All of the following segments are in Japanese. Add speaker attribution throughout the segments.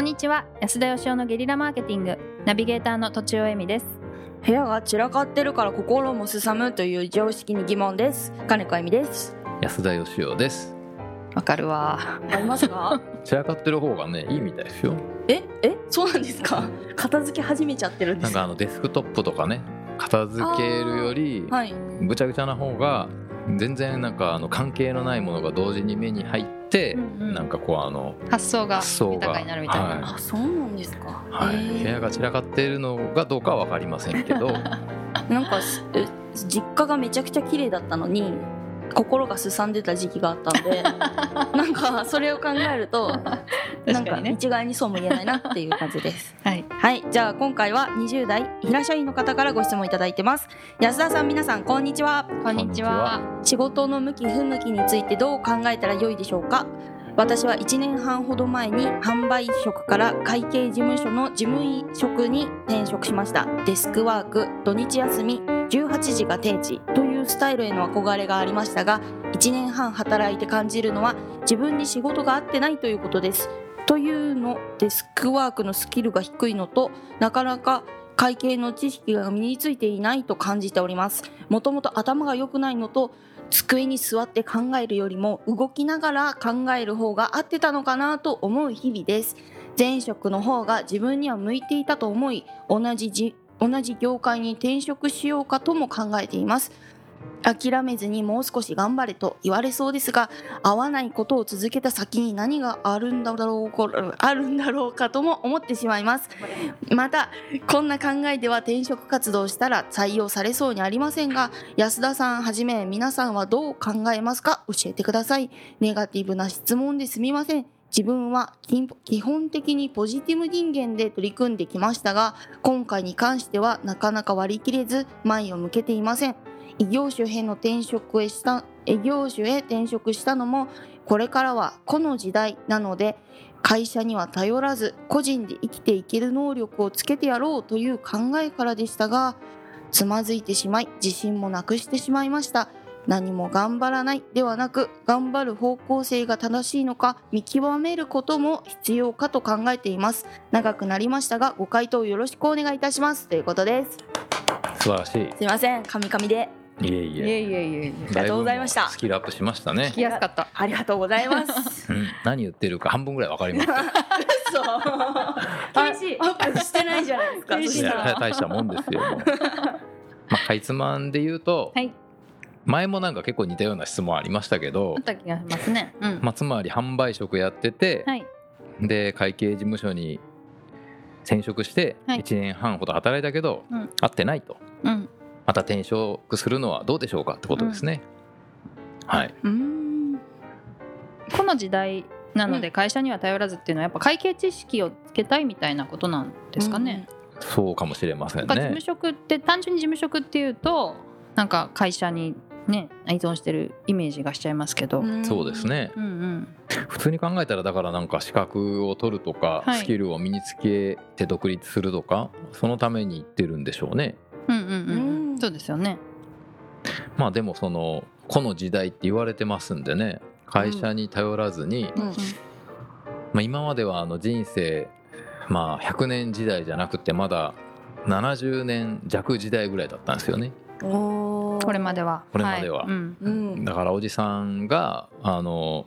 Speaker 1: んにちは安田義生のゲリラマーケティングナビゲーターの土尾恵美です
Speaker 2: 部屋が散らかってるから心もすさむという常識に疑問です金子恵美です
Speaker 3: 安田義雄です
Speaker 1: わかるわ
Speaker 2: ありますか
Speaker 3: 散らかってる方がねいいみたいですよ
Speaker 2: ええそうなんですか片付け始めちゃってるんで
Speaker 3: なん
Speaker 2: す
Speaker 3: かあのデスクトップとかね片付けるより
Speaker 2: はい
Speaker 3: ぐちゃぐちゃな方が全然なんかあの関係のないものが同時に目に入って、
Speaker 2: うんうん
Speaker 3: なんかこうあの
Speaker 1: 発想が
Speaker 3: 発想が
Speaker 1: 豊かになるみたいな、
Speaker 3: はい
Speaker 2: あそうなんですか、
Speaker 3: はい部屋
Speaker 2: え
Speaker 3: が散らかっているのがどうかは分かりません けど
Speaker 2: ーなんかすえ実家がめちゃくちゃ綺麗だったのに心がすさんでた時期があったん でなんかそれを考えると、なんか一概にそうも言えないなっていう感じです
Speaker 1: はい
Speaker 2: はいじゃあ今回は20代平社員の方からご質問いただいてます安田さん皆さんこんにちは
Speaker 1: こんにちは
Speaker 2: 仕事の向き不向きについてどう考えたら良いでしょうか私は1年半ほど前に販売職から会計事務所の事務職に転職しましたデスクワーク土日休み18時が定時というスタイルへの憧れがありましたが1年半働いて感じるのは自分に仕事が合ってないということですというのデスクワークのスキルが低いのとなかなか会計の知識が身についていないと感じておりますもともと頭が良くないのと机に座って考えるよりも動きながら考える方が合ってたのかなと思う日々です前職の方が自分には向いていたと思い同じじ同じ業界に転職しようかとも考えています諦めずにもう少し頑張れと言われそうですが合わないことを続けた先に何があるんだろうこあるんだろうかとも思ってしまいますまたこんな考えでは転職活動したら採用されそうにありませんが安田さんはじめ皆さんはどう考えますか教えてくださいネガティブな質問ですみません自分は基基本的にポジティブ人間で取り組んできましたが今回に関してはなかなか割り切れず前を向けていません異業種への転職へした異業種へ転職したのもこれからはこの時代なので会社には頼らず個人で生きていける能力をつけてやろうという考えからでしたがつまずいてしまい自信もなくしてしまいました何も頑張らないではなく頑張る方向性が正しいのか見極めることも必要かと考えています長くなりましたがご回答よろしくお願いいたしますということです
Speaker 3: 素晴らし
Speaker 2: すいませんカミカミで
Speaker 3: いいえい
Speaker 1: い
Speaker 3: え
Speaker 1: えいえいえいえ
Speaker 2: りがとうございました
Speaker 3: だぶもうスキルアップしましたね
Speaker 1: 聞き、やすかった
Speaker 2: ありがとうございます
Speaker 3: うん、何言ってるか半分ぐらい分かります
Speaker 2: そう
Speaker 1: 厳しい
Speaker 2: アップしてない じゃないですか
Speaker 1: 厳し
Speaker 3: い
Speaker 1: い
Speaker 2: そした
Speaker 3: や
Speaker 2: ら
Speaker 3: 大したもんです よもうまあかいつまんで言うと、
Speaker 1: はい
Speaker 3: 前もなんか結構似たような質問ありましたけど
Speaker 1: あっ、た気がしますねうん、
Speaker 3: まあ、つまり販売職やってて、
Speaker 1: はい
Speaker 3: で会計事務所に転職して
Speaker 1: はい
Speaker 3: 1年半ほど働いたけど、
Speaker 1: うん
Speaker 3: 合ってないと
Speaker 1: うん
Speaker 3: また転職するのはどうでしょうかってことですね、はい、
Speaker 2: うーん
Speaker 1: この時代なの
Speaker 2: う
Speaker 1: で会社には頼らずっていうのはやっぱ会計知識をつけたいみたいなことなんですかね。
Speaker 3: そうかもしれませ
Speaker 1: なんんか事務
Speaker 3: ね
Speaker 1: 職って単純に事務職っていうとなんか会社にね依存してるイメージがしちゃいますけど、うん、
Speaker 2: ん
Speaker 3: そうですね
Speaker 1: うん
Speaker 3: 普通に考えたらだからなんか資格を取るとか、
Speaker 1: はい
Speaker 3: スキルを身につけて独立するとかそのために行ってるんでしょうね
Speaker 1: うんうんうん
Speaker 2: うん
Speaker 1: そうですよね。
Speaker 3: まあでもそのこの時代って言われてますんでね会社に頼らずに、
Speaker 2: うん
Speaker 3: まあ、今まではあの人生、まあ、100年時代じゃなくてまだ70年弱時代ぐらいだったんですよね
Speaker 2: おー
Speaker 1: これまでは
Speaker 3: これまではい
Speaker 1: うん
Speaker 2: うん
Speaker 3: だからおじさんがあの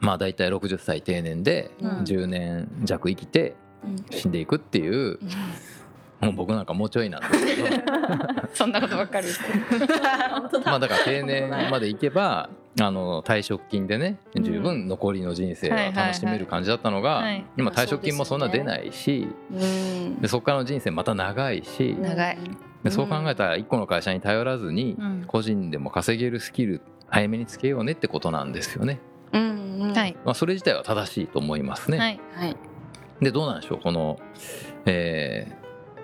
Speaker 3: まあ大体60歳定年で
Speaker 1: うん
Speaker 3: 10年弱生きて
Speaker 2: うん
Speaker 3: 死んでいくっていうもう僕なんかもうちょいなんですけど
Speaker 1: そんなことばっ かり言ってる
Speaker 2: 本当だ
Speaker 3: まあだから定年までいけばあの退職金でね十分残りの人生は楽しめる感じだったのが
Speaker 1: はい
Speaker 3: 今退職金もそんな出ないし
Speaker 2: うん
Speaker 3: でそこからの人生また長いし
Speaker 1: 長い
Speaker 3: でそう考えたら一個の会社に頼らずに
Speaker 1: うん
Speaker 3: 個人でも稼げるスキル早めにつけようねってことなんですよね。
Speaker 2: うんうん
Speaker 1: はい
Speaker 3: まあ、それ自体は正しいと思いますね。
Speaker 1: はい
Speaker 2: はい
Speaker 3: でどうなんでしょうこの、え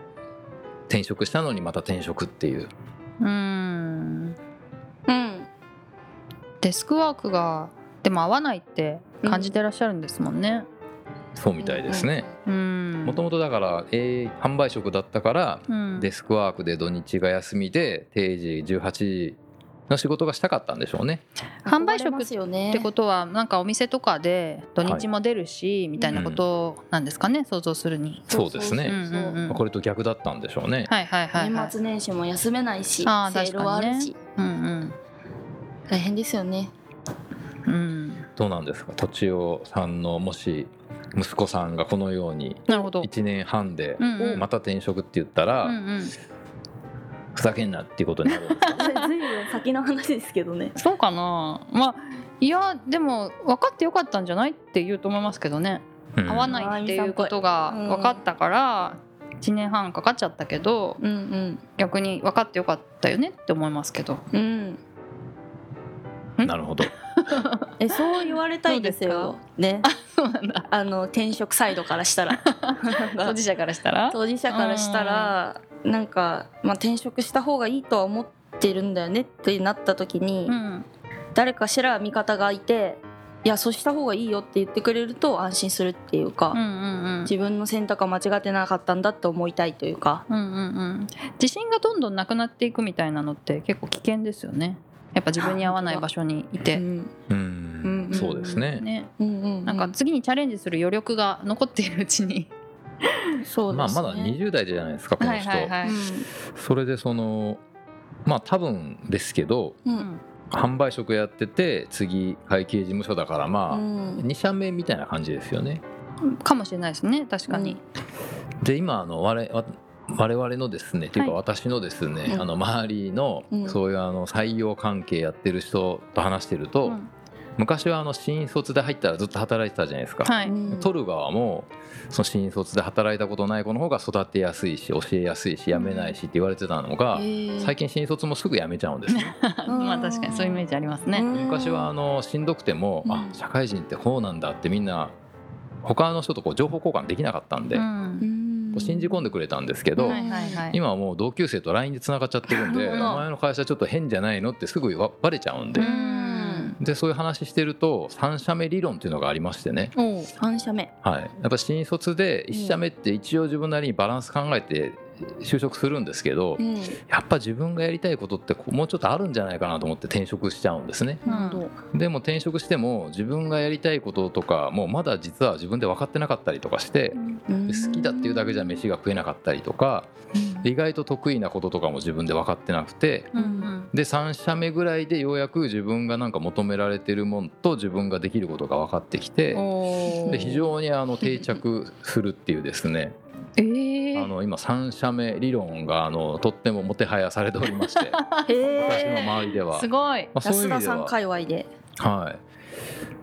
Speaker 3: ー転職したのにまた転職っていう
Speaker 1: うん
Speaker 2: うん
Speaker 1: デスクワークがでも合わないって感じてらっしゃるんですもんね。
Speaker 3: そうみたいですね。
Speaker 1: うん
Speaker 3: もともとだから、えー販売職だったから
Speaker 1: うん
Speaker 3: デスクワークで土日が休みで定時18時の仕事がしたかったんでしょうね。
Speaker 1: 販売職
Speaker 2: 憧れますよね
Speaker 1: ってことはなんかお店とかで土日も出るし、みたいなことなんですかね、想像するに。
Speaker 3: そうですね
Speaker 1: うんうんうん
Speaker 3: まあこれと逆だったんでしょうね。
Speaker 1: はいはいはい、は
Speaker 2: 年
Speaker 1: い。
Speaker 2: 末年始も休めないし、
Speaker 1: あー
Speaker 2: セールはあるし、
Speaker 1: うん
Speaker 2: 大変ですよね。
Speaker 1: うんうん。
Speaker 3: どうなんですか、とちおさんのもし息子さんがこのように
Speaker 1: なるほど。
Speaker 3: 1年半で
Speaker 1: うんうん。
Speaker 3: また転職って言ったら、
Speaker 1: うんうん。
Speaker 3: ふざけんなっていうことになるんですか
Speaker 2: ずいぶん先の話ですけどね。
Speaker 1: そうかな。まあいやでも分かってよかったんじゃないって言うと思いますけどね。
Speaker 3: うん
Speaker 1: 合わないっていうことが分かったから。1年半かかっちゃったけど
Speaker 2: うん
Speaker 1: 逆に分かってよかったよねって思いますけど
Speaker 2: うんうん。
Speaker 3: なるほど。
Speaker 2: えそう言われたいです
Speaker 1: どう
Speaker 2: よ。ね。
Speaker 1: そうなんだ
Speaker 2: あの転職サイドからしたら
Speaker 1: 当事者からしたら
Speaker 2: 当事者からしたらなんか、まあ、転職した方がいいとは思ってるんだよねってなった時に、
Speaker 1: うん
Speaker 2: 誰かしら味方がいていやそうした方がいいよって言ってくれると安心するっていうか、
Speaker 1: うんうんうん
Speaker 2: 自分の選択は間違ってなかったんだって思いたいというか
Speaker 1: うんうんうん、自信がどんどんなくなっていくみたいなのって結構危険ですよねやっぱ自分に合わない場所にい
Speaker 2: うん
Speaker 1: て、
Speaker 3: う
Speaker 2: うん
Speaker 3: ん
Speaker 2: うん
Speaker 3: そうですね。
Speaker 1: ね、
Speaker 2: うんうん
Speaker 1: なんか次にチャレンジする余力が残っているうちに
Speaker 2: そうで
Speaker 3: まあ
Speaker 2: すね
Speaker 3: まだ20代じゃないですかこの人。
Speaker 1: は
Speaker 3: それでそのまあ多分ですけど
Speaker 2: うん
Speaker 1: うん
Speaker 3: 販売職やってて次会計事務所だから
Speaker 2: う
Speaker 3: まあ、
Speaker 2: ん
Speaker 3: 二社目みたいな感じですよね。
Speaker 1: かもしれないですね確かに、
Speaker 3: で今あの我々我々のですねというか
Speaker 1: は
Speaker 3: 私のですね、
Speaker 2: うん
Speaker 3: あの周りの
Speaker 2: うん
Speaker 3: そういうあの採用関係やってる人と話してると、
Speaker 1: うん
Speaker 3: 昔はあの新卒で入ったらずっと働いてたじゃないですか、
Speaker 1: はい、
Speaker 2: うん
Speaker 3: 取る側もその新卒で働いたことない子の方が育てやすいし教えやすいし辞めないしって言われてたのが、
Speaker 2: へー
Speaker 3: 最近新卒もすぐ辞めちゃうんですね
Speaker 1: まあ確かにそういうイメージありますね、
Speaker 2: うん
Speaker 3: 昔はあのしんどくても、
Speaker 2: うん
Speaker 3: あ社会人ってこうなんだってみんな他の人とこう情報交換できなかったんで、
Speaker 1: う
Speaker 3: こ
Speaker 1: ん
Speaker 3: う信じ込んでくれたんですけ
Speaker 2: う
Speaker 3: ど、
Speaker 2: ん
Speaker 1: はいはいはい
Speaker 3: 今はもう同級生と LINE でつながっちゃってるんで
Speaker 1: な
Speaker 3: 「お
Speaker 1: るほど
Speaker 3: 前の会社ちょっと変じゃないの?」ってすぐわバレちゃうんで,、
Speaker 1: う
Speaker 2: うん
Speaker 1: ん
Speaker 3: でそういう話してると3社目理論っていうのがありましてね、
Speaker 1: おう
Speaker 2: 反射目
Speaker 3: はい、やっぱ新卒で1社目って一応自分なりにバランス考えて就職するんですけど、
Speaker 2: うん
Speaker 3: やっぱ自分がやりたいことってこうもうちょっとあるんじゃないかなと思って転職しちゃうんですね
Speaker 2: なるほど
Speaker 3: でも転職しても自分がやりたいこととかもうまだ実は自分で分かってなかったりとかしてで好きだっていうだけじゃ飯が食えなかったりとか
Speaker 2: うん
Speaker 3: 意外と得意なこととかも自分で分かってなくて
Speaker 1: うんうん
Speaker 3: で3社目ぐらいでようやく自分がなんか求められてるもんと自分ができることが分かってきて
Speaker 1: おう
Speaker 3: で非常にあの定着するっていうですね
Speaker 1: え
Speaker 3: あ
Speaker 1: ー
Speaker 3: の今3社目理論があのとってももてはやされておりまして私の周りでは
Speaker 1: す。ごい
Speaker 3: まあ、そうい
Speaker 2: 安
Speaker 3: う意味
Speaker 2: 田
Speaker 3: で
Speaker 2: さん
Speaker 3: は、
Speaker 2: 界隈で
Speaker 3: は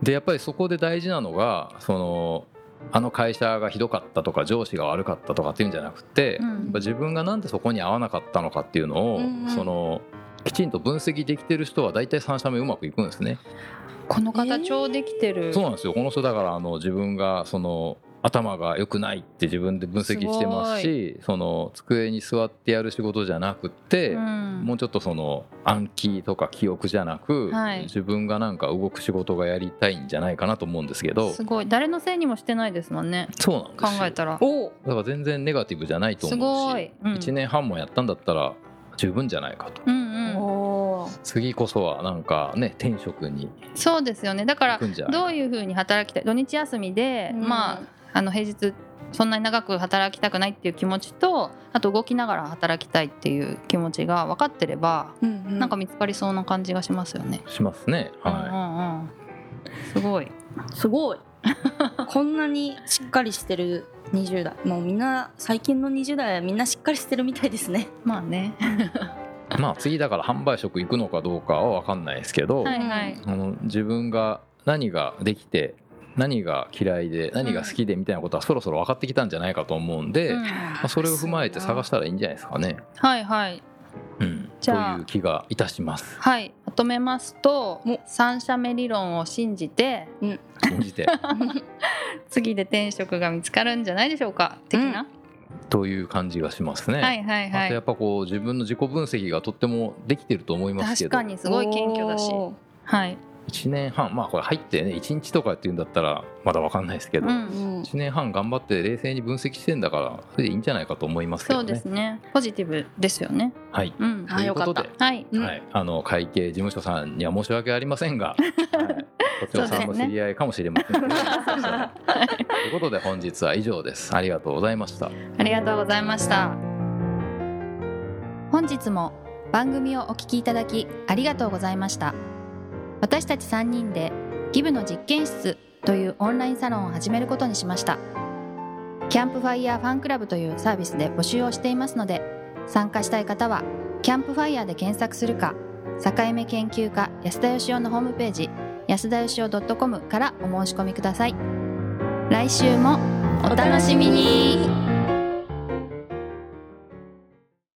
Speaker 3: い、でやっぱりそこで大事なのがそのあの会社がひどかったとか上司が悪かったとかっていうんじゃなくて、
Speaker 1: う
Speaker 3: やっ
Speaker 1: ん
Speaker 3: ぱ自分がなんでそこに合わなかったのかっていうのを、
Speaker 2: うんうん
Speaker 3: そのきちんと分析できてる人は大体3社目うまくいくんですね。
Speaker 1: この方超できてる、
Speaker 3: そうなんですよこの人だからあの自分がその頭が良くないって自分で分析してますしその机に座ってやる仕事じゃなくって、
Speaker 1: うん
Speaker 3: もうちょっとその暗記とか記憶じゃなく、
Speaker 1: はい
Speaker 3: 自分がなんか動く仕事がやりたいんじゃないかなと思うんですけど
Speaker 1: すごい誰のせいにもしてないですもんね
Speaker 3: そうなんです
Speaker 1: 考
Speaker 3: よ
Speaker 1: えたら
Speaker 2: おお
Speaker 3: だから全然ネガティブじゃないと
Speaker 1: す
Speaker 3: 思う
Speaker 1: ご
Speaker 3: し、
Speaker 1: い、うん、
Speaker 3: 1年半もやったんだったら十分じゃないかと、
Speaker 1: うんうん、
Speaker 2: おー
Speaker 3: 次こそはなんかね転職に
Speaker 1: そうですよねだか
Speaker 3: 行
Speaker 1: ら
Speaker 3: くんじゃない
Speaker 1: ど
Speaker 3: か
Speaker 1: ういうふうに働きたい土日休みで、
Speaker 2: うん
Speaker 1: まああの平日そんなに長く働きたくないっていう気持ちとあと動きながら働きたいっていう気持ちが分かってれば、
Speaker 2: うんうん
Speaker 1: なんか見つかりそうな感じがしますよね。
Speaker 3: しますね。はい
Speaker 1: うんうんうん、すごい。
Speaker 2: すごい こんなにしっかりしてる20代もうみんな最近の20代はみんなしっかりしてるみたいですね
Speaker 1: まあね。
Speaker 3: まあ次だから販売職行くのかどうかは分かんないですけど、
Speaker 1: はいはい。
Speaker 3: あの自分が何ができて何が嫌いで何が好きでみたいなことはそろそろ分かってきたんじゃないかと思うんで、
Speaker 1: うん
Speaker 3: まあ、それを踏まえて探したらいいんじゃないですかね。
Speaker 1: はいはい。
Speaker 3: うん、
Speaker 1: じゃあ
Speaker 3: という気がいたします。
Speaker 1: はい。まとめますと
Speaker 2: お
Speaker 1: 三者目理論を信じて
Speaker 3: 信じて
Speaker 1: 次で転職が見つかるんじゃないでしょうか的な。
Speaker 3: という感じがします ね。
Speaker 1: はいはいは
Speaker 3: あとやっ
Speaker 1: い。
Speaker 3: ぱこう自分の自己分析がとってもできてると思います
Speaker 1: 確
Speaker 3: けど
Speaker 1: かにすごい謙虚だし。
Speaker 2: おー
Speaker 1: はい。
Speaker 3: 1年半まあこれ入ってね1日とかっていうんだったらまだ分かんないですけど、
Speaker 1: うん
Speaker 2: うん
Speaker 3: 1年半頑張って冷静に分析してんだからそれでいいんじゃないかと思いますけ
Speaker 1: そう
Speaker 3: どね。
Speaker 1: ですね。ポジティブですよね。
Speaker 3: はい
Speaker 1: うん。
Speaker 2: あよかった
Speaker 3: というこ
Speaker 1: はい。
Speaker 3: と
Speaker 2: う
Speaker 3: で、
Speaker 2: ん
Speaker 3: はい、あの会計事務所さんには申し訳ありませんが、はい、こちらさんの知り合いかもしれませんけど、ということで本日は以上です。ありがとうございました。
Speaker 1: ありがとうございました。本日も番組をお聞きいただきありがとうございました。私たち3人でギブの実験室というオンラインサロンを始めることにしました。キャンプファイヤーファンクラブというサービスで募集をしていますので、参加したい方はキャンプファイヤーで検索するか、境目研究家安田義雄のホームページ安田義雄 .com からお申し込みください。来週もお楽しみに